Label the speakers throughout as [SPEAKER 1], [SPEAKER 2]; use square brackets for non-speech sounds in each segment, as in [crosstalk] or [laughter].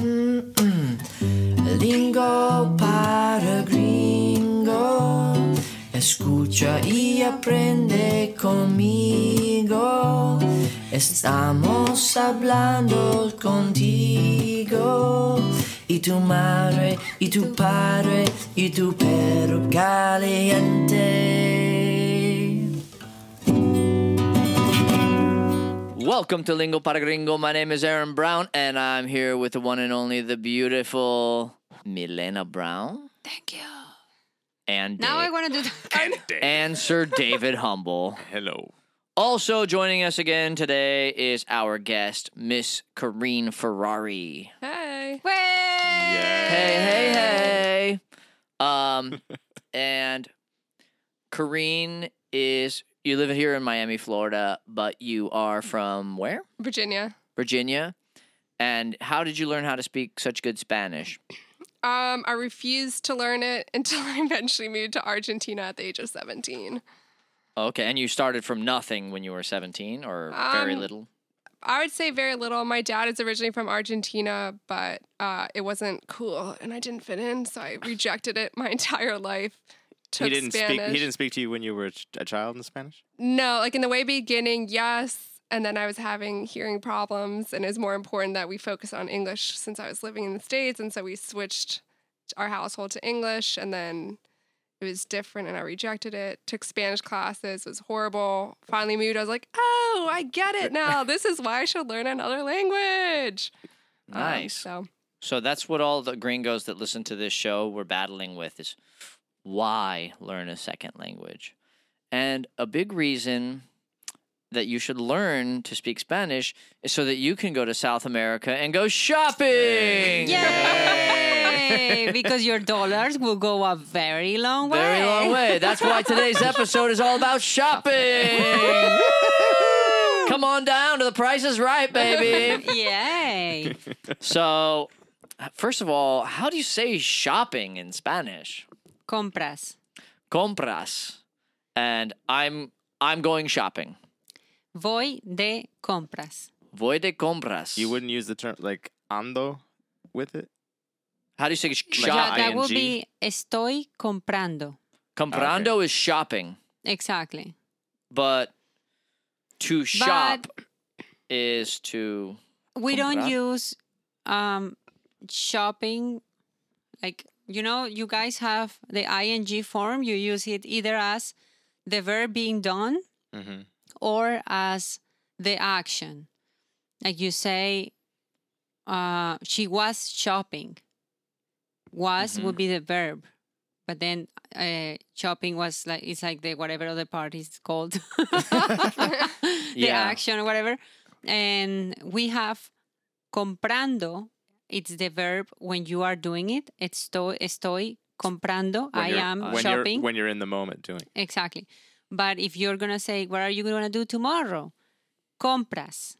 [SPEAKER 1] Mm, mm. Lingo para gringo, escucha y aprende conmigo. Estamos hablando contigo y tu madre y tu padre y tu perro caliente.
[SPEAKER 2] Welcome to Lingo para Gringo. My name is Aaron Brown, and I'm here with the one and only, the beautiful Milena Brown
[SPEAKER 3] Thank you.
[SPEAKER 2] and,
[SPEAKER 3] Now I
[SPEAKER 2] Da-
[SPEAKER 4] [laughs]
[SPEAKER 3] want to do the
[SPEAKER 2] and Sir David Humble.
[SPEAKER 4] Hello.
[SPEAKER 2] Also joining us again today is our guest, Miss Corrine Ferrari.
[SPEAKER 5] [laughs] Hey.
[SPEAKER 3] Way.
[SPEAKER 2] Hey, hey, hey. Um, and Corrine is, you live here in Miami, Florida, but you are from where?
[SPEAKER 5] Virginia.
[SPEAKER 2] Virginia. And how did you learn how to speak such good Spanish?
[SPEAKER 5] Um, I refused to learn it [laughs] until I eventually moved to Argentina at the age of 17.
[SPEAKER 2] Okay, and you started from nothing when you were 17 or very
[SPEAKER 5] Um,
[SPEAKER 2] little?
[SPEAKER 5] I would say very little. My dad is originally from Argentina, but uh, it wasn't cool and I didn't fit in, so I rejected it my [laughs] entire life. Took
[SPEAKER 4] He didn't
[SPEAKER 5] Spanish.
[SPEAKER 4] speak. He didn't speak to you when you were a ch- a child in Spanish.
[SPEAKER 5] No, like in the way beginning, yes. And then I was having hearing problems, and it's more important that we focus on English since I was living in the States. And so we switched our household to English, and then it was different, and I rejected it. Took Spanish classes, was horrible. Finally moved, I was like, oh, I get it now. This is why I should learn another language. Um,
[SPEAKER 2] Nice.
[SPEAKER 5] so
[SPEAKER 2] So that's what all the gringos that listen to this show were battling with is why learn a second language? And a big reason that you should learn to speak Spanish is so that you can go to South America and go shopping.
[SPEAKER 3] Yay! [laughs] because your dollars will go a very long way.
[SPEAKER 2] Very long way. That's why today's episode is all about shopping. Come on down to the price is
[SPEAKER 3] [laughs]
[SPEAKER 2] right, baby.
[SPEAKER 3] [laughs] Yay!
[SPEAKER 2] So, first of all, how do you say shopping in Spanish?
[SPEAKER 3] Compras.
[SPEAKER 2] Compras. And I'm I'm going shopping.
[SPEAKER 3] Voy de compras.
[SPEAKER 2] Voy de compras.
[SPEAKER 4] You wouldn't use the term like ando with it.
[SPEAKER 2] How do you say sh-
[SPEAKER 4] Like
[SPEAKER 3] Yeah,
[SPEAKER 2] shop?
[SPEAKER 3] that will
[SPEAKER 4] ING.
[SPEAKER 3] be estoy comprando.
[SPEAKER 2] Comprando is shopping,
[SPEAKER 3] Exactly.
[SPEAKER 2] but to shop is to
[SPEAKER 3] We don't
[SPEAKER 2] Comprar.
[SPEAKER 3] use um, shopping. Like, you know, you guys have the ing form. You use it either as the verb being done
[SPEAKER 4] Mm-hmm.
[SPEAKER 3] or as the action. Like you say, uh, she was shopping. Was
[SPEAKER 4] Mm-hmm.
[SPEAKER 3] would be the verb, but then uh, shopping was like it's like the whatever other part is called, [laughs] the
[SPEAKER 2] Yeah.
[SPEAKER 3] action or whatever. And we have comprando. It's the verb when you are doing it. Estoy, estoy comprando. I am
[SPEAKER 4] when
[SPEAKER 3] shopping.
[SPEAKER 4] You're, when you're in the moment doing.
[SPEAKER 3] Exactly. But if you're going to say, what are you going to do tomorrow? Compras.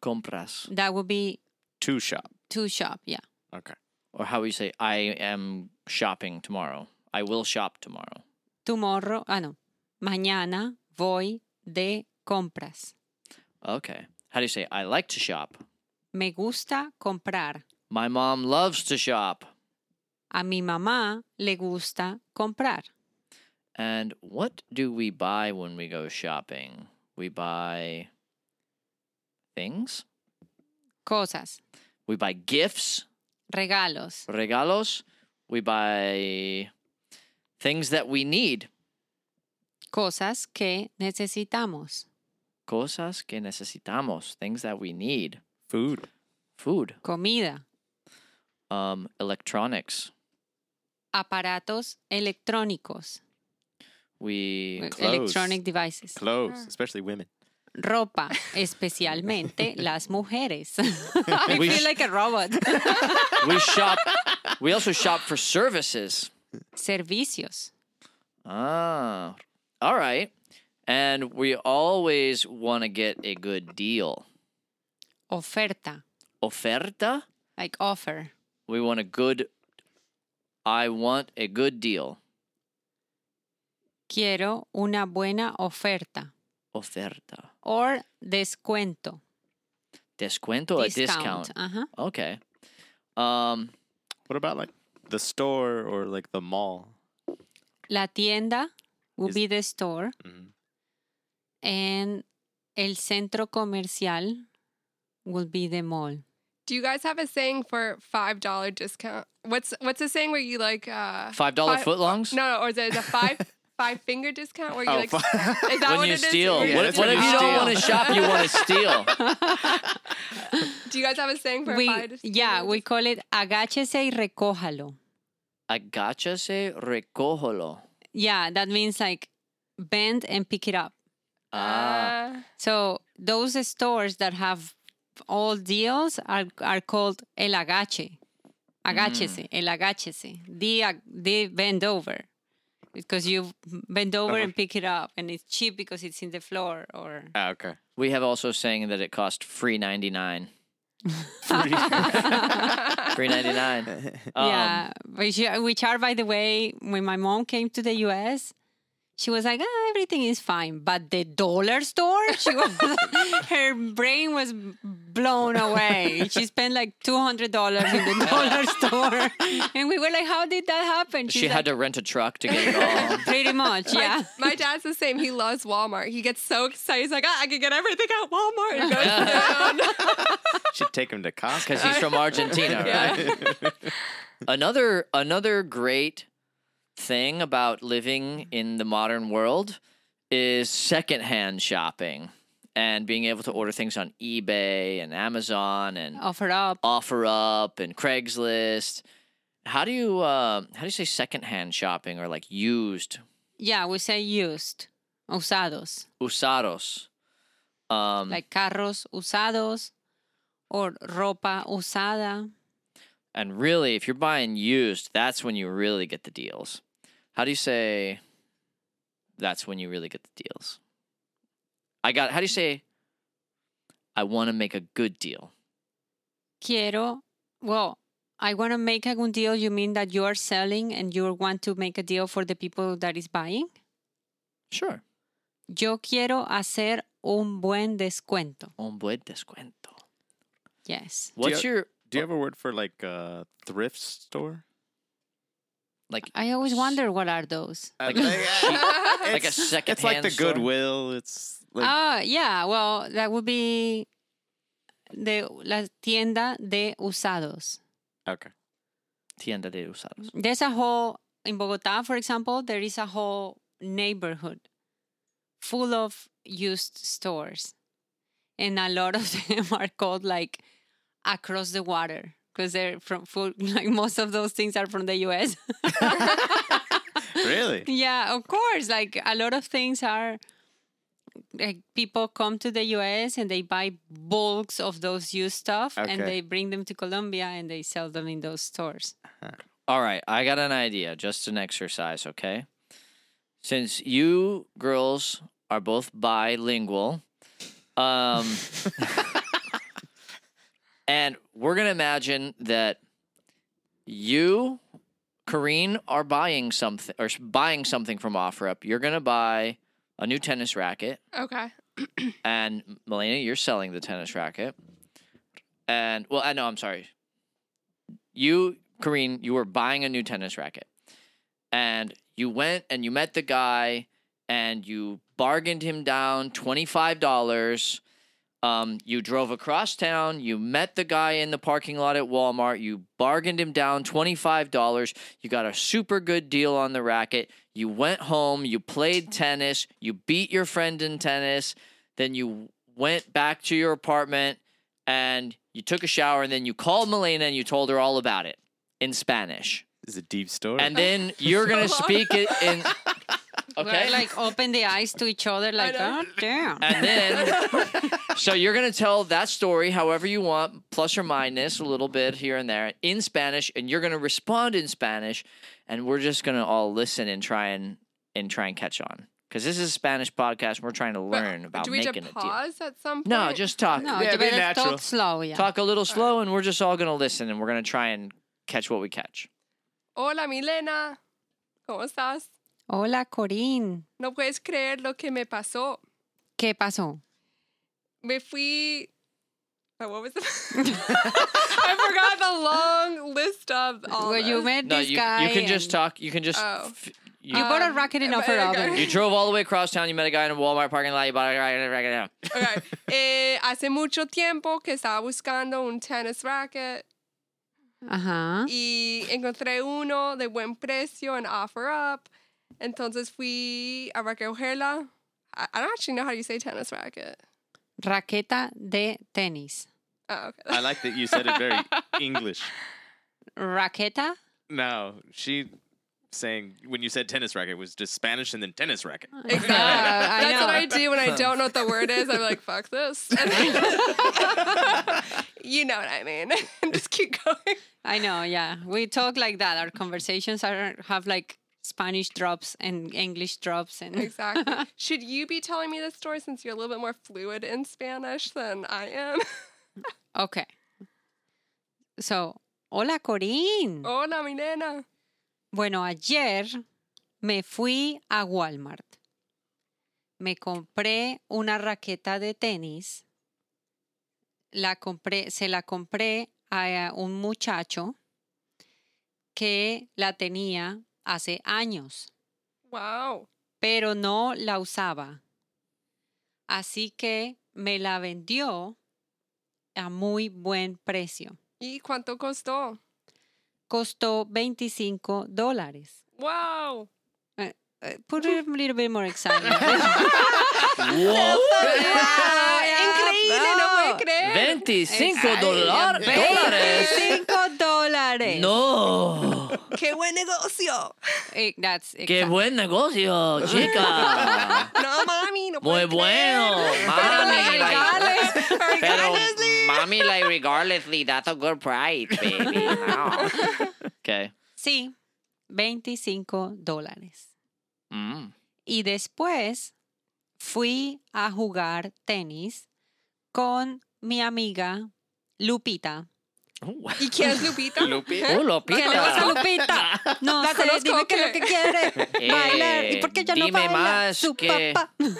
[SPEAKER 2] compras.
[SPEAKER 3] That would be
[SPEAKER 4] To shop.
[SPEAKER 3] to shop. Yeah.
[SPEAKER 4] Okay.
[SPEAKER 2] Or how would you say I am shopping tomorrow? I will shop tomorrow.
[SPEAKER 3] Tomorrow. Ah, no. Mañana voy de compras.
[SPEAKER 2] Okay. How do you say I like to shop?
[SPEAKER 3] Me gusta comprar.
[SPEAKER 2] My mom loves to shop.
[SPEAKER 3] A mi mamá le gusta comprar.
[SPEAKER 2] And what do we buy when we go shopping? We buy things.
[SPEAKER 3] Cosas.
[SPEAKER 2] We buy gifts,
[SPEAKER 3] Regalos.
[SPEAKER 2] regalos. We buy things that we need.
[SPEAKER 3] Cosas que necesitamos.
[SPEAKER 2] Cosas que necesitamos. Things that we need.
[SPEAKER 4] Food.
[SPEAKER 2] Food,
[SPEAKER 3] Comida.
[SPEAKER 2] um, electronics.
[SPEAKER 3] Aparatos electrónicos.
[SPEAKER 2] We
[SPEAKER 3] [laughs] eh,
[SPEAKER 4] Clothes.
[SPEAKER 3] Electronic devices.
[SPEAKER 4] Clothes,
[SPEAKER 3] Mm.
[SPEAKER 4] especially women. [laughs]
[SPEAKER 3] ropa, especialmente las mujeres. [laughs] I
[SPEAKER 2] We
[SPEAKER 3] feel
[SPEAKER 2] sh-
[SPEAKER 3] like a robot. [laughs]
[SPEAKER 2] we shop. We also shop for services.
[SPEAKER 3] Servicios,
[SPEAKER 2] Ah, all right. And we always want to get a good deal.
[SPEAKER 3] oferta,
[SPEAKER 2] Oferta.
[SPEAKER 3] like offer,
[SPEAKER 2] We want a good. I want a good deal.
[SPEAKER 3] quiero una buena oferta
[SPEAKER 2] Oferta.
[SPEAKER 3] or descuento,
[SPEAKER 2] Descuento, Oh, a discount.
[SPEAKER 3] Ajá.
[SPEAKER 2] Okay. Um,
[SPEAKER 4] What about like the store or like the mall?
[SPEAKER 3] La tienda will
[SPEAKER 4] Is-
[SPEAKER 3] be the store.
[SPEAKER 4] Mhm.
[SPEAKER 3] And el centro comercial will be the mall.
[SPEAKER 5] Do you guys have a saying for five dollar discount? What's what's a saying where you like uh
[SPEAKER 2] five dollar
[SPEAKER 5] Fi-
[SPEAKER 2] footlongs.
[SPEAKER 5] no no or is it is a
[SPEAKER 3] [laughs]
[SPEAKER 5] five five finger discount where you
[SPEAKER 4] Oh,
[SPEAKER 5] like
[SPEAKER 4] fuck.
[SPEAKER 5] is that
[SPEAKER 2] [laughs] when
[SPEAKER 5] what
[SPEAKER 2] you
[SPEAKER 5] it is?
[SPEAKER 2] steal,
[SPEAKER 5] Yeah,
[SPEAKER 2] what,
[SPEAKER 5] that's
[SPEAKER 2] if- what
[SPEAKER 5] what
[SPEAKER 2] if
[SPEAKER 5] it
[SPEAKER 2] you
[SPEAKER 5] is.
[SPEAKER 2] don't want to shop? [laughs] You want to steal.
[SPEAKER 5] Do you guys have a saying for
[SPEAKER 3] we,
[SPEAKER 5] five?
[SPEAKER 3] yeah, we call it agáchese y recójalo.
[SPEAKER 2] Agáchase, recójolo.
[SPEAKER 3] Yeah, that means like bend and pick it up.
[SPEAKER 2] Ah,
[SPEAKER 5] Uh,
[SPEAKER 3] So those stores that have all deals are, are called el agache. Agáchese, el agáchese. The, ag- the bend over. Because you bend over
[SPEAKER 4] Uh-huh.
[SPEAKER 3] and pick it up and it's cheap because it's in the floor or
[SPEAKER 4] Ah, okay.
[SPEAKER 2] we have also saying that it cost free ninety nine. [laughs] Free ninety nine. Um,
[SPEAKER 3] yeah, which, which are, by the way, when my mom came to the US, she was like, ah, everything is fine. But the dollar store, she was, [laughs] her brain was blown away. She spent like $200 in the
[SPEAKER 5] [laughs]
[SPEAKER 3] dollar store. And we were like, how did that happen?
[SPEAKER 2] She had to rent a truck to get it all.
[SPEAKER 3] [laughs] Pretty much, yeah.
[SPEAKER 5] My dad's the same. He loves Walmart. He gets so excited. He's like,
[SPEAKER 3] [laughs]
[SPEAKER 5] ah, I can get everything at Walmart. He
[SPEAKER 2] [laughs]
[SPEAKER 5] goes down.
[SPEAKER 4] Should take him to Costco. [laughs]
[SPEAKER 2] because he's from Argentina, right? Another another great thing about living in the modern world is secondhand shopping and being able to order things on eBay and Amazon and
[SPEAKER 3] [laughs] Offer up.
[SPEAKER 2] OfferUp and Craigslist. How do you uh, how do you say secondhand shopping or like used
[SPEAKER 3] Yeah, we say used, usados,
[SPEAKER 2] usados?
[SPEAKER 5] Mm.
[SPEAKER 2] Um,
[SPEAKER 3] like carros usados or ropa usada.
[SPEAKER 2] and really, if you're buying used, that's when you really get the deals. How do you say? That's when you really get the deals. I got. How do you say? I want to make a good deal.
[SPEAKER 3] quiero, well, I want to make a good deal. You mean that you are selling and you want to make a deal for the people that is buying?
[SPEAKER 2] Sure.
[SPEAKER 3] Yo quiero hacer un buen descuento.
[SPEAKER 2] Un buen descuento.
[SPEAKER 3] Yes.
[SPEAKER 2] What's
[SPEAKER 4] you-
[SPEAKER 2] your
[SPEAKER 4] [laughs] Do you have a word for like uh, thrift store?
[SPEAKER 2] like?
[SPEAKER 3] I always
[SPEAKER 2] S-
[SPEAKER 3] wonder what are those.
[SPEAKER 4] Uh,
[SPEAKER 2] Like
[SPEAKER 4] Like, [laughs]
[SPEAKER 2] a [laughs]
[SPEAKER 4] it's-
[SPEAKER 2] like a
[SPEAKER 4] It's like
[SPEAKER 2] secondhand
[SPEAKER 4] the
[SPEAKER 2] store?
[SPEAKER 4] Goodwill. It's like
[SPEAKER 3] Ah, yeah. Well, that would be the la tienda de usados.
[SPEAKER 4] okay.
[SPEAKER 2] Tienda de usados.
[SPEAKER 3] There's a whole in Bogota, for example, there is a whole neighborhood full of used stores, and a lot of [laughs] them are called like across the water because they're from full, [laughs] like most of those things are from the U.S. Uh,
[SPEAKER 4] Really?
[SPEAKER 3] [laughs] yeah, of course. Like a lot of things are like people come to the U.S. and they buy bulks of those used stuff and
[SPEAKER 4] Okay.
[SPEAKER 3] they bring them to Colombia and they sell them in those stores.
[SPEAKER 2] All right, I got an idea, just an exercise, okay? Since you girls are both bilingual, um, and we're gonna imagine that you, Kareen, are buying something or s- buying something from OfferUp. You're gonna buy a new tennis racket,
[SPEAKER 5] okay.
[SPEAKER 2] and Melania, you're selling the tennis racket. And well, I know, I'm sorry. You, Kareen, you were buying a new tennis racket. And you went and you met the guy and you bargained him down $25. Um, you drove across town. You met the guy in the parking lot at Walmart. You bargained him down $25. You got a super good deal on the racket. You went home. You played tennis. You beat your friend in tennis then you went back to your apartment and you took a shower and then you called Melena and you told her all about it in Spanish.
[SPEAKER 4] It's a deep story.
[SPEAKER 3] [laughs]
[SPEAKER 2] And then you're going to speak it in Okay?
[SPEAKER 3] We're like open the eyes to each other, like,
[SPEAKER 5] know.
[SPEAKER 3] oh, damn.
[SPEAKER 2] and then so you're going to tell that story however you want plus or minus a little bit here and there in Spanish and you're going to respond in Spanish and we're just going to all listen and try and and try and catch on cuz this is a Spanish podcast and we're trying to
[SPEAKER 5] But
[SPEAKER 2] learn about
[SPEAKER 5] Do we
[SPEAKER 2] making
[SPEAKER 5] just
[SPEAKER 2] a deal.
[SPEAKER 5] pause at some point?
[SPEAKER 2] No, just talk.
[SPEAKER 3] No,
[SPEAKER 4] Yeah,
[SPEAKER 3] you
[SPEAKER 4] be
[SPEAKER 3] better
[SPEAKER 4] natural.
[SPEAKER 3] talk slow, yeah.
[SPEAKER 2] talk a little slow and we're just all going to listen and we're going to try and catch what we catch.
[SPEAKER 5] Hola, Milena. ¿Cómo estás?
[SPEAKER 3] Hola, Corín.
[SPEAKER 5] No puedes creer lo que me pasó.
[SPEAKER 3] ¿Qué pasó?
[SPEAKER 5] [laughs] Me fui. Oh, what was the? I forgot the long list of all.
[SPEAKER 3] Well, you
[SPEAKER 5] those.
[SPEAKER 3] met
[SPEAKER 2] No,
[SPEAKER 3] this
[SPEAKER 2] you,
[SPEAKER 3] guy.
[SPEAKER 2] you can just
[SPEAKER 3] and
[SPEAKER 2] talk. Uh, You can just.
[SPEAKER 5] Oh.
[SPEAKER 2] f-
[SPEAKER 3] You
[SPEAKER 2] you,
[SPEAKER 3] bought a
[SPEAKER 5] Um,
[SPEAKER 3] racket in
[SPEAKER 5] but
[SPEAKER 3] offer
[SPEAKER 5] I
[SPEAKER 3] oven.
[SPEAKER 5] got-
[SPEAKER 2] you drove all the way across town. You met a guy in a Walmart parking lot. You bought
[SPEAKER 3] [laughs]
[SPEAKER 2] a guy.
[SPEAKER 5] Okay. Eh, hace mucho tiempo que estaba buscando un tennis racket
[SPEAKER 3] Uh huh.
[SPEAKER 5] y encontré uno de buen precio en OfferUp. Entonces fui a recogerla. I, I don't actually know how you say tennis racket.
[SPEAKER 3] Raqueta de tenis.
[SPEAKER 5] Oh, okay.
[SPEAKER 4] I like that you said it
[SPEAKER 3] [laughs]
[SPEAKER 4] very English.
[SPEAKER 3] Raqueta.
[SPEAKER 4] No, she saying when you said tennis racket was just Spanish and then tennis racket.
[SPEAKER 5] Exactly. [laughs]
[SPEAKER 3] Yeah, I
[SPEAKER 5] That's what
[SPEAKER 3] know.
[SPEAKER 5] I do when I don't know what the word is. I'm like, fuck
[SPEAKER 3] [laughs]
[SPEAKER 5] this. you know what I mean. [laughs] And just keep going.
[SPEAKER 3] I know, yeah. We talk like that. Our conversations are have like Spanish drops and English drops and
[SPEAKER 5] Exactly. Should you be telling me this story since you're a little bit more fluid in Spanish than I
[SPEAKER 3] [laughs]
[SPEAKER 5] am?
[SPEAKER 3] okay. So, hola Corín.
[SPEAKER 5] Hola, mi nena.
[SPEAKER 3] Bueno, ayer me fui a Walmart. Me compré una raqueta de tenis. La compré, se la compré a un muchacho que la tenía hace años.
[SPEAKER 5] Wow.
[SPEAKER 3] pero no la usaba. Así que me la vendió a muy buen precio.
[SPEAKER 5] ¿Y cuánto costó?
[SPEAKER 3] Costó 25 dólares. [laughs]
[SPEAKER 5] Wow.
[SPEAKER 3] Uh, Put it a little bit more exciting. [laughs]
[SPEAKER 5] Increíble, no puedo creer.
[SPEAKER 2] 25
[SPEAKER 3] Ay,
[SPEAKER 2] dolar- dólares.
[SPEAKER 3] 25 dólares.
[SPEAKER 2] No.
[SPEAKER 5] ¡Qué buen negocio!
[SPEAKER 3] Eh, that's
[SPEAKER 2] Qué
[SPEAKER 3] exact-
[SPEAKER 2] buen
[SPEAKER 3] [laughs]
[SPEAKER 2] negocio, chica.
[SPEAKER 5] No, mami, no
[SPEAKER 2] Muy
[SPEAKER 5] puedo creer.
[SPEAKER 2] bueno,
[SPEAKER 5] Pero like,
[SPEAKER 2] mami.
[SPEAKER 3] Regales.
[SPEAKER 5] regales,
[SPEAKER 2] Pero,
[SPEAKER 5] regales.
[SPEAKER 2] mommy, like, regardlessly, that's a good price, baby.
[SPEAKER 3] [laughs]
[SPEAKER 2] Okay.
[SPEAKER 3] Sí, 25 dólares.
[SPEAKER 2] Mm.
[SPEAKER 3] Y después fui a jugar tenis con mi amiga Lupita.
[SPEAKER 2] Ooh.
[SPEAKER 5] ¿Y quién es Lupita?
[SPEAKER 2] Oh,
[SPEAKER 3] ¿Qué le pasa a
[SPEAKER 2] Lupita.
[SPEAKER 3] Lupita?
[SPEAKER 2] [laughs]
[SPEAKER 3] No
[SPEAKER 5] ¿La
[SPEAKER 3] sé,
[SPEAKER 5] conozco
[SPEAKER 3] dime
[SPEAKER 5] o
[SPEAKER 3] qué es lo
[SPEAKER 5] qué?
[SPEAKER 3] que quiere.
[SPEAKER 2] Eh,
[SPEAKER 3] Bailar. ¿Y por qué ya no
[SPEAKER 2] dime
[SPEAKER 3] baila?
[SPEAKER 2] más
[SPEAKER 3] Su
[SPEAKER 2] que-
[SPEAKER 3] papá. [laughs]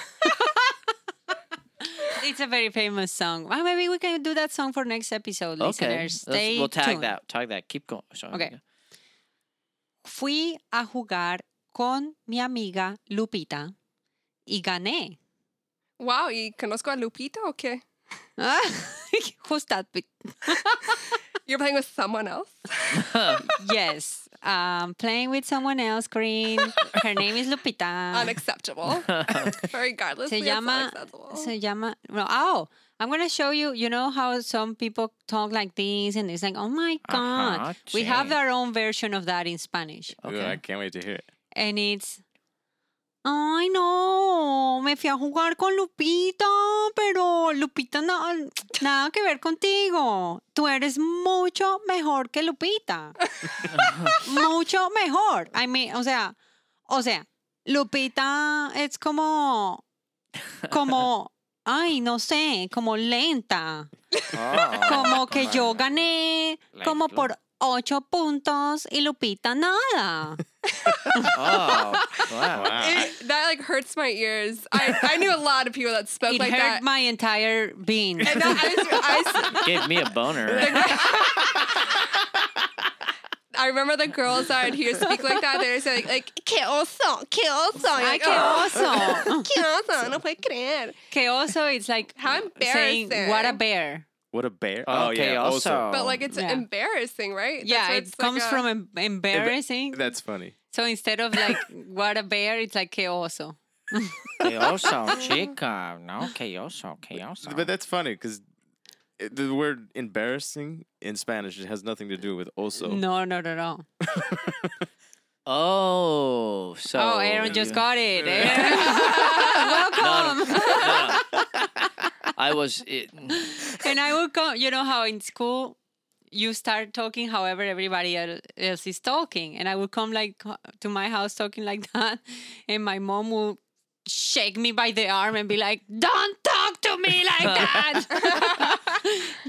[SPEAKER 3] It's a very famous song. Ah, maybe we can do that song for next episode,
[SPEAKER 2] Okay.
[SPEAKER 3] listeners.
[SPEAKER 2] let's-
[SPEAKER 3] Stay
[SPEAKER 2] we'll tag
[SPEAKER 3] tuned.
[SPEAKER 2] that. Tag that. Keep going. Sorry.
[SPEAKER 3] Okay. Fui a jugar con mi amiga Lupita y gané. [laughs]
[SPEAKER 5] Wow, ¿y conozco a Lupita o qué?
[SPEAKER 3] Ah, Who's that? bit-
[SPEAKER 5] You're playing with someone else?
[SPEAKER 3] Yes, um, playing with someone else, Green. Her name is Lupita.
[SPEAKER 2] [laughs]
[SPEAKER 5] Unacceptable. Regardless,
[SPEAKER 3] Ah. Se llama, se llama. Well, oh, I'm gonna show you. You know how some people talk like this, and it's like, oh my god.
[SPEAKER 2] Uh-huh,
[SPEAKER 3] we have
[SPEAKER 2] sí.
[SPEAKER 3] our own version of that in Spanish,
[SPEAKER 4] Ooh, I
[SPEAKER 2] Okay.
[SPEAKER 4] can't wait to hear it.
[SPEAKER 3] and it's. Ay no, me fui a jugar con Lupita, pero Lupita no, nada que ver contigo. Tú eres mucho mejor que Lupita. mucho mejor. I mean, o sea, o sea, Lupita es como, como, ay, no sé, como lenta.
[SPEAKER 2] Oh.
[SPEAKER 3] Como que yo gané como por ocho puntos y Lupita nada.
[SPEAKER 2] Oh, wow.
[SPEAKER 4] Wow.
[SPEAKER 5] that like hurts my ears. I, I knew a lot of people that spoke
[SPEAKER 3] It
[SPEAKER 5] like
[SPEAKER 3] hurt
[SPEAKER 5] that.
[SPEAKER 3] my entire being.
[SPEAKER 5] and that- I, I-
[SPEAKER 2] Gave me
[SPEAKER 3] [laughs]
[SPEAKER 2] a boner.
[SPEAKER 5] I remember the girls that I'd hear speak like that. They would say like, like "Qué oso, qué oso." I'm
[SPEAKER 3] Ay,
[SPEAKER 5] Like,
[SPEAKER 3] qué
[SPEAKER 5] "Oh,
[SPEAKER 3] oso.
[SPEAKER 5] [laughs] qué oso, no puede creer.
[SPEAKER 3] [laughs] Que oso, it's like
[SPEAKER 5] How
[SPEAKER 3] saying, what a
[SPEAKER 5] embarrassing.
[SPEAKER 3] bear.
[SPEAKER 4] What a bear. Oh,
[SPEAKER 2] Okay, also.
[SPEAKER 5] But like it's
[SPEAKER 3] Yeah.
[SPEAKER 5] embarrassing, right? That's
[SPEAKER 3] Yeah,
[SPEAKER 5] where
[SPEAKER 3] it
[SPEAKER 5] it's, like,
[SPEAKER 3] comes
[SPEAKER 5] a-
[SPEAKER 3] from em- embarrassing.
[SPEAKER 4] That's funny.
[SPEAKER 3] So instead of like what a bear, it's like que oso. [laughs]
[SPEAKER 2] Que oso, chica. No, que oso, que oso.
[SPEAKER 4] But that's funny because the word embarrassing in Spanish it has nothing to do with also.
[SPEAKER 3] No, no, no, no.
[SPEAKER 2] Oh, so.
[SPEAKER 3] oh, Aaron just
[SPEAKER 2] you-
[SPEAKER 3] got it. Aaron. [laughs] Welcome.
[SPEAKER 2] No, no.
[SPEAKER 3] [laughs]
[SPEAKER 2] I was. It,
[SPEAKER 3] And I will come. You know how in school you start talking, however everybody el- else is talking, and I will come like co- to my house talking like [laughs] that, and my mom will shake me by the arm and be like, "Don't talk to me like
[SPEAKER 2] [laughs]
[SPEAKER 3] that."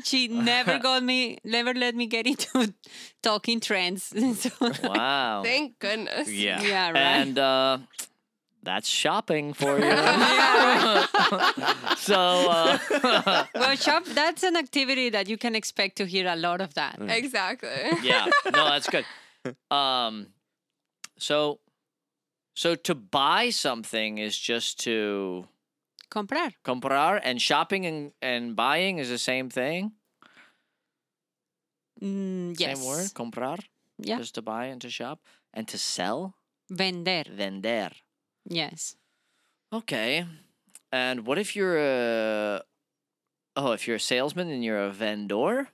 [SPEAKER 3] she never got me, never let me get into [laughs] talking trends. [laughs] So,
[SPEAKER 2] wow.
[SPEAKER 5] Thank goodness.
[SPEAKER 4] Yeah.
[SPEAKER 3] yeah, right.
[SPEAKER 2] And uh, that's shopping for
[SPEAKER 3] [laughs]
[SPEAKER 2] you. [laughs] so uh,
[SPEAKER 3] Well, shop, that's an activity that you can expect to hear a lot of that.
[SPEAKER 5] Exactly.
[SPEAKER 2] [laughs] yeah, no, that's good. Um, so so to buy something is just to
[SPEAKER 3] Comprar.
[SPEAKER 2] comprar, and shopping and, and buying is the same thing.
[SPEAKER 3] Mm, yes.
[SPEAKER 2] Same word, comprar.
[SPEAKER 3] Yeah.
[SPEAKER 2] Just to buy and to shop and to sell,
[SPEAKER 3] Vender.
[SPEAKER 2] vender.
[SPEAKER 3] Yes.
[SPEAKER 2] Okay. And what if you're a oh, if you're a salesman and you're a vendor,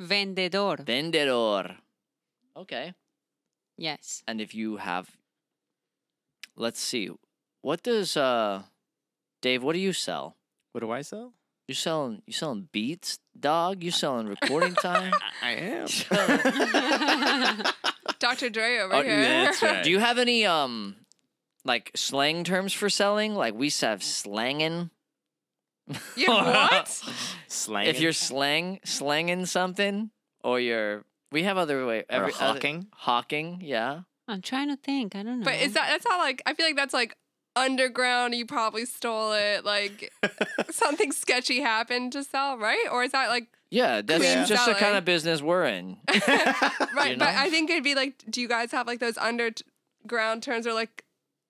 [SPEAKER 3] Vendedor.
[SPEAKER 2] vendedor. Okay.
[SPEAKER 3] yes.
[SPEAKER 2] And if you have, let's see, what does uh, Dave? What do you sell?
[SPEAKER 4] What do I sell?
[SPEAKER 2] You selling you selling beats, dog? You selling recording time?
[SPEAKER 4] I am.
[SPEAKER 2] [laughs]
[SPEAKER 4] [laughs] Oh,
[SPEAKER 3] [laughs]
[SPEAKER 5] Dr. Dre over
[SPEAKER 2] Oh,
[SPEAKER 5] here.
[SPEAKER 4] that's
[SPEAKER 5] [laughs]
[SPEAKER 4] right.
[SPEAKER 2] Do you have any um like slang terms for selling? Like we have slangin'.
[SPEAKER 5] You-
[SPEAKER 2] [laughs]
[SPEAKER 5] what?
[SPEAKER 4] Slang.
[SPEAKER 2] if you're slang slanging something or you're we have other way every other-
[SPEAKER 4] hawking?
[SPEAKER 2] hawking yeah
[SPEAKER 3] I'm trying to think. I don't know.
[SPEAKER 5] But is that that's not like I feel like that's like underground. You probably stole it.
[SPEAKER 2] [laughs]
[SPEAKER 5] Like something sketchy happened to sell, right? Or is that like
[SPEAKER 2] yeah that's
[SPEAKER 5] Clean
[SPEAKER 2] just the kind
[SPEAKER 5] selling.
[SPEAKER 2] of business we're in
[SPEAKER 5] right?
[SPEAKER 2] You
[SPEAKER 5] But
[SPEAKER 2] know?
[SPEAKER 5] I think it'd be like, do you guys have like those underground terms or like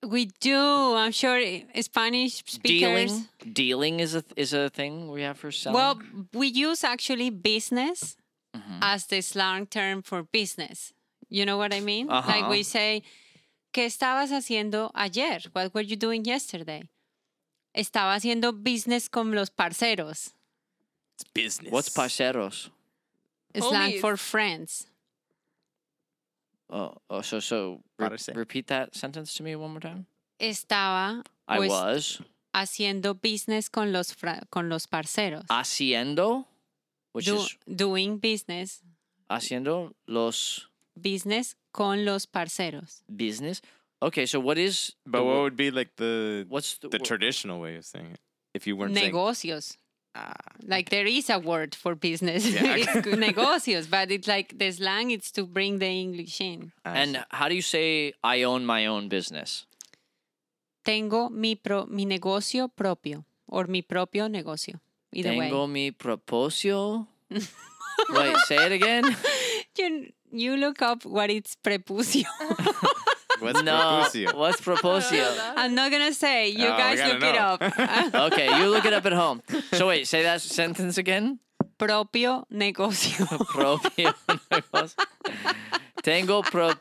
[SPEAKER 3] we do? I'm sure i- Spanish speakers.
[SPEAKER 2] dealing dealing is a is a thing we have for selling
[SPEAKER 3] Well, we use actually business
[SPEAKER 2] Mhm.
[SPEAKER 3] as the slang term for business. You know what I mean? Like
[SPEAKER 2] Uh-huh.
[SPEAKER 3] we say, ¿Qué estabas haciendo ayer? What were you doing yesterday? Estaba haciendo business con los parceros.
[SPEAKER 4] it's business.
[SPEAKER 2] what's parceros
[SPEAKER 3] Slang
[SPEAKER 5] Homies.
[SPEAKER 3] for friends.
[SPEAKER 2] oh, oh so so re-
[SPEAKER 4] Parece.
[SPEAKER 2] repeat that sentence to me one more time
[SPEAKER 3] Estaba
[SPEAKER 2] i
[SPEAKER 3] Pues-
[SPEAKER 2] was
[SPEAKER 3] haciendo business con los, fra- con los parceros.
[SPEAKER 2] haciendo Ah, which
[SPEAKER 3] Do-
[SPEAKER 2] is
[SPEAKER 3] doing business,
[SPEAKER 2] haciendo los
[SPEAKER 3] business con los parceros.
[SPEAKER 2] business okay so what is
[SPEAKER 4] But
[SPEAKER 2] the
[SPEAKER 4] what
[SPEAKER 2] wo-
[SPEAKER 4] would be like the
[SPEAKER 2] what's the,
[SPEAKER 4] the
[SPEAKER 2] wo-
[SPEAKER 4] traditional way of saying it? If you weren't saying
[SPEAKER 3] Negocios.
[SPEAKER 4] ah,
[SPEAKER 3] Like there is a word for business.
[SPEAKER 4] Yeah,
[SPEAKER 3] [laughs] it's
[SPEAKER 4] okay.
[SPEAKER 3] negocios, but it's like the slang. It's to bring the English in.
[SPEAKER 4] I see.
[SPEAKER 2] and how do you say i own my own business
[SPEAKER 3] Tengo mi pro, mi negocio propio or mi propio negocio. Either
[SPEAKER 2] Tengo
[SPEAKER 3] way,
[SPEAKER 2] mi proposio.
[SPEAKER 3] [laughs]
[SPEAKER 2] Wait, say it again.
[SPEAKER 3] you, you look up what it's prepucio.
[SPEAKER 4] what's
[SPEAKER 2] no,
[SPEAKER 4] proposio?
[SPEAKER 2] what's proposio?
[SPEAKER 3] I'm not gonna say. You
[SPEAKER 4] Oh, I
[SPEAKER 3] guys
[SPEAKER 4] gotta
[SPEAKER 3] look
[SPEAKER 4] know.
[SPEAKER 3] it up. Ah,
[SPEAKER 2] [laughs] Okay, you look it up at home. So wait, say that sentence again.
[SPEAKER 3] propio negocio.
[SPEAKER 2] [laughs]
[SPEAKER 3] [laughs]
[SPEAKER 2] Propio. Tengo pro.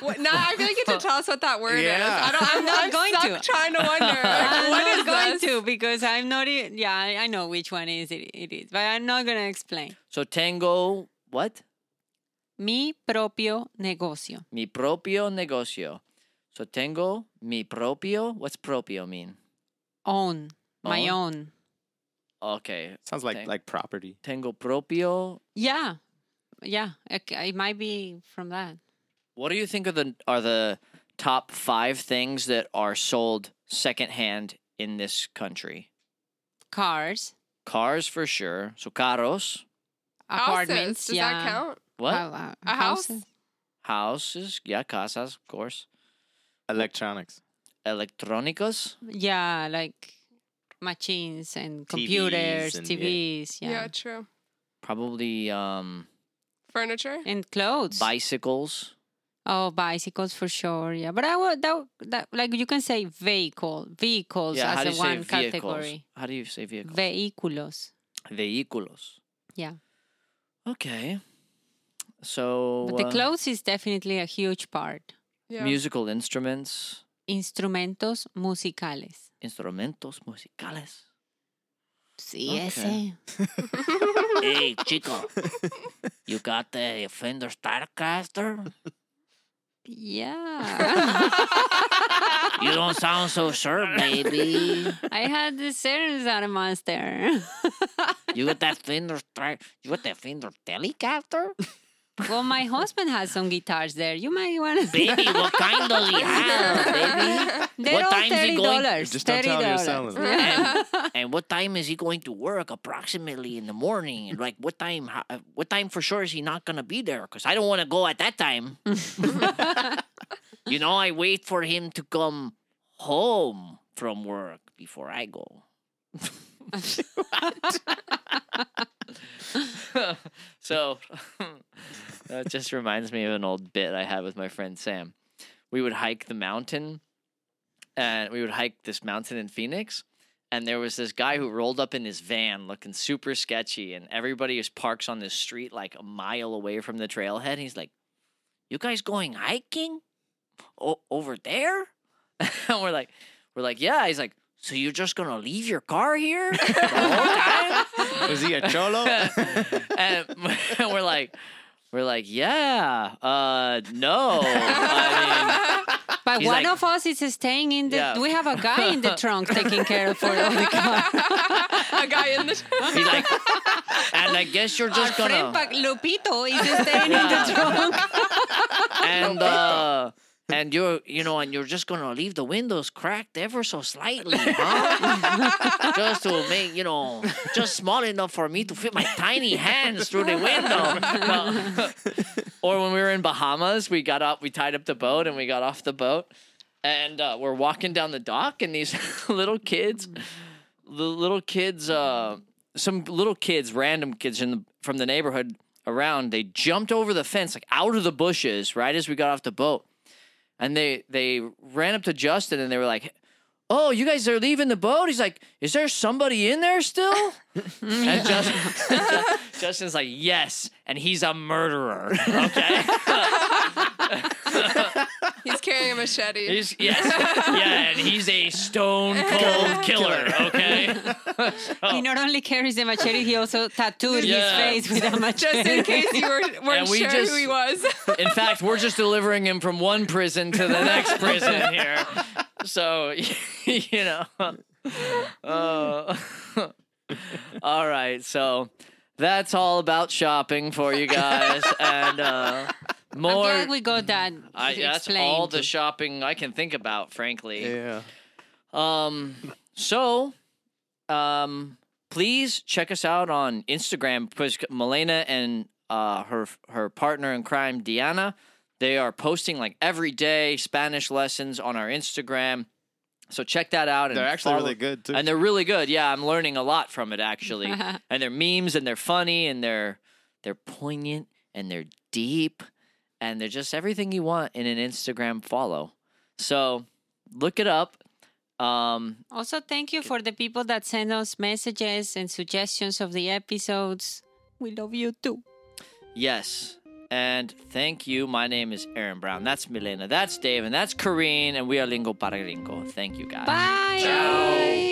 [SPEAKER 5] what? No, I feel like you
[SPEAKER 2] [laughs]
[SPEAKER 5] have to tell us what that word is.
[SPEAKER 4] Yeah.
[SPEAKER 5] I don't. I'm,
[SPEAKER 3] I'm not
[SPEAKER 5] I'm
[SPEAKER 3] going
[SPEAKER 5] stuck
[SPEAKER 3] to.
[SPEAKER 5] Trying to
[SPEAKER 3] [laughs]
[SPEAKER 5] wonder.
[SPEAKER 3] I'm
[SPEAKER 5] what
[SPEAKER 3] not
[SPEAKER 5] is
[SPEAKER 3] going
[SPEAKER 5] this?
[SPEAKER 3] to because I'm not. e- Yeah, I I know which one is it, it is, but I'm not gonna explain.
[SPEAKER 2] So tengo what?
[SPEAKER 3] Mi propio negocio.
[SPEAKER 2] Mi propio negocio. So tengo mi propio. What's propio mean?
[SPEAKER 3] Own. My
[SPEAKER 2] Own?
[SPEAKER 3] own.
[SPEAKER 2] Okay.
[SPEAKER 4] Sounds like
[SPEAKER 2] Thank-
[SPEAKER 4] like property.
[SPEAKER 2] Tengo propio.
[SPEAKER 3] Yeah. Yeah. It, it might be from that.
[SPEAKER 2] What do you think are the are the top five things that are sold secondhand in this country?
[SPEAKER 3] Cars,
[SPEAKER 2] cars for sure. So carros,
[SPEAKER 5] Houses?
[SPEAKER 3] apartments.
[SPEAKER 5] Does
[SPEAKER 3] yeah.
[SPEAKER 5] that count?
[SPEAKER 2] what
[SPEAKER 3] Hou- hou-
[SPEAKER 5] A house?
[SPEAKER 3] houses.
[SPEAKER 2] houses? Yeah, casas, of course.
[SPEAKER 4] Electronics.
[SPEAKER 2] Electronicos.
[SPEAKER 3] Yeah, like machines and
[SPEAKER 4] TVs
[SPEAKER 3] computers,
[SPEAKER 4] and- yeah.
[SPEAKER 3] TVs. Yeah.
[SPEAKER 5] Yeah. true.
[SPEAKER 2] Probably um,
[SPEAKER 5] Furniture.
[SPEAKER 3] And clothes.
[SPEAKER 2] bicycles.
[SPEAKER 3] oh, bicycles for sure. Yeah, but I would that, that like you can say vehicle, vehicles
[SPEAKER 2] yeah, how do
[SPEAKER 3] as
[SPEAKER 2] you
[SPEAKER 3] a
[SPEAKER 2] say
[SPEAKER 3] one
[SPEAKER 2] vehicles?
[SPEAKER 3] category.
[SPEAKER 2] How do you say vehicles?
[SPEAKER 3] Vehículos.
[SPEAKER 2] Vehículos.
[SPEAKER 3] Yeah.
[SPEAKER 2] Okay. So
[SPEAKER 3] But the
[SPEAKER 2] uh,
[SPEAKER 3] clothes is definitely a huge part.
[SPEAKER 5] Yeah. [laughs]
[SPEAKER 2] musical instruments,
[SPEAKER 3] Instrumentos musicales.
[SPEAKER 2] instrumentos musicales.
[SPEAKER 3] Sí,
[SPEAKER 2] Okay. hey, chico, you got the Fender Starcaster?
[SPEAKER 3] [laughs] Yeah.
[SPEAKER 2] You don't sound so sure, baby.
[SPEAKER 3] I had the series on a monster.
[SPEAKER 2] You got that Fender Strat? You got that Fender Telecaster?
[SPEAKER 3] well, my husband has some guitars there. You might want to.
[SPEAKER 2] Baby, what kind does he have, baby?
[SPEAKER 3] They're
[SPEAKER 2] what
[SPEAKER 3] all
[SPEAKER 2] time's
[SPEAKER 3] thirty
[SPEAKER 2] he going?
[SPEAKER 3] dollars.
[SPEAKER 4] Just don't tell him you're selling them.
[SPEAKER 2] And, and what time is he going to work approximately in the morning? And like what time? How, uh, what time for sure is he not gonna be there? Cause I don't want to go at that time. you know, I wait for him to come home from work before I go. [laughs] so [laughs] that just reminds me of an old bit I had with my friend Sam. We would hike the mountain, and we would hike this mountain in Phoenix. And there was this guy who rolled up in his van looking super sketchy, and everybody just parks on this street like a mile away from the trailhead. He's like, You guys going hiking? O- over there? [laughs] and we're like, We're like, Yeah. He's like, So you're just gonna leave your car here?
[SPEAKER 3] [laughs]
[SPEAKER 2] the whole time?
[SPEAKER 4] Was he a cholo?
[SPEAKER 2] and [laughs] we're like, we're like, yeah, uh, no. I
[SPEAKER 3] But
[SPEAKER 2] He's
[SPEAKER 3] one
[SPEAKER 2] like-
[SPEAKER 3] of us is staying in the.
[SPEAKER 2] Yeah.
[SPEAKER 3] We have a guy in
[SPEAKER 2] [laughs]
[SPEAKER 3] the trunk taking care of for all the car.
[SPEAKER 5] a guy in the
[SPEAKER 2] mean, he's like, and I guess you're
[SPEAKER 3] Our
[SPEAKER 2] just
[SPEAKER 3] friend
[SPEAKER 2] gonna
[SPEAKER 3] Pa- Lupito
[SPEAKER 2] [laughs]
[SPEAKER 3] is staying in the trunk.
[SPEAKER 2] and uh, and you're you know, and you're just gonna leave the windows cracked ever so slightly, huh? just to make you know, just small enough for me to fit my tiny hands through the window. No. or when we were in Bahamas, we got up, we tied up the boat, and we got off the boat, and uh, we're walking down the dock, and these [laughs] little kids, the little kids, uh, some little kids, random kids in the, from the neighborhood around, they jumped over the fence, like out of the bushes, right as we got off the boat, and they they ran up to Justin, and they were like. Oh, you guys are leaving the boat? He's like, Is there somebody in there still? and Justin, [laughs] Justin's like, Yes. And he's a murderer. Okay.
[SPEAKER 5] He's carrying a machete.
[SPEAKER 2] He's yes, yeah, and he's a stone cold killer. Okay,
[SPEAKER 3] He not only carries the machete, he also tattooed
[SPEAKER 2] Oh. Yeah.
[SPEAKER 3] his face with a machete.
[SPEAKER 5] just in case you were, weren't
[SPEAKER 2] And we
[SPEAKER 5] sure
[SPEAKER 2] just-
[SPEAKER 5] who he was.
[SPEAKER 2] in fact, we're just delivering him from one prison to the next prison here. So [laughs] you know, uh, [laughs] all right. So that's all about shopping for you guys, and uh,
[SPEAKER 3] I'm
[SPEAKER 2] more.
[SPEAKER 3] glad we got that.
[SPEAKER 2] I, that's
[SPEAKER 3] explained.
[SPEAKER 2] all the shopping I can think about, frankly.
[SPEAKER 4] yeah.
[SPEAKER 2] Um, so, um, please check us out on Instagram because Milena and uh, her her partner in crime, Diana, they are posting like every day Spanish lessons on our Instagram. So check that out. And
[SPEAKER 4] They're actually
[SPEAKER 2] follow-
[SPEAKER 4] really good too.
[SPEAKER 2] and they're really good. Yeah, I'm learning a lot from it
[SPEAKER 3] [laughs]
[SPEAKER 2] actually. and they're memes and they're funny and they're they're poignant and they're deep and they're just everything you want in an Instagram follow. So look it up. Um,
[SPEAKER 3] Also, thank you for the people that send us messages and suggestions of the episodes. [laughs] We love you too.
[SPEAKER 2] yes. And thank you. My name is Aaron Brown. That's Milena. That's Dave. And that's Corrine. And we are Lingo para Gringo. Thank you, guys.
[SPEAKER 3] Bye.
[SPEAKER 2] Ciao.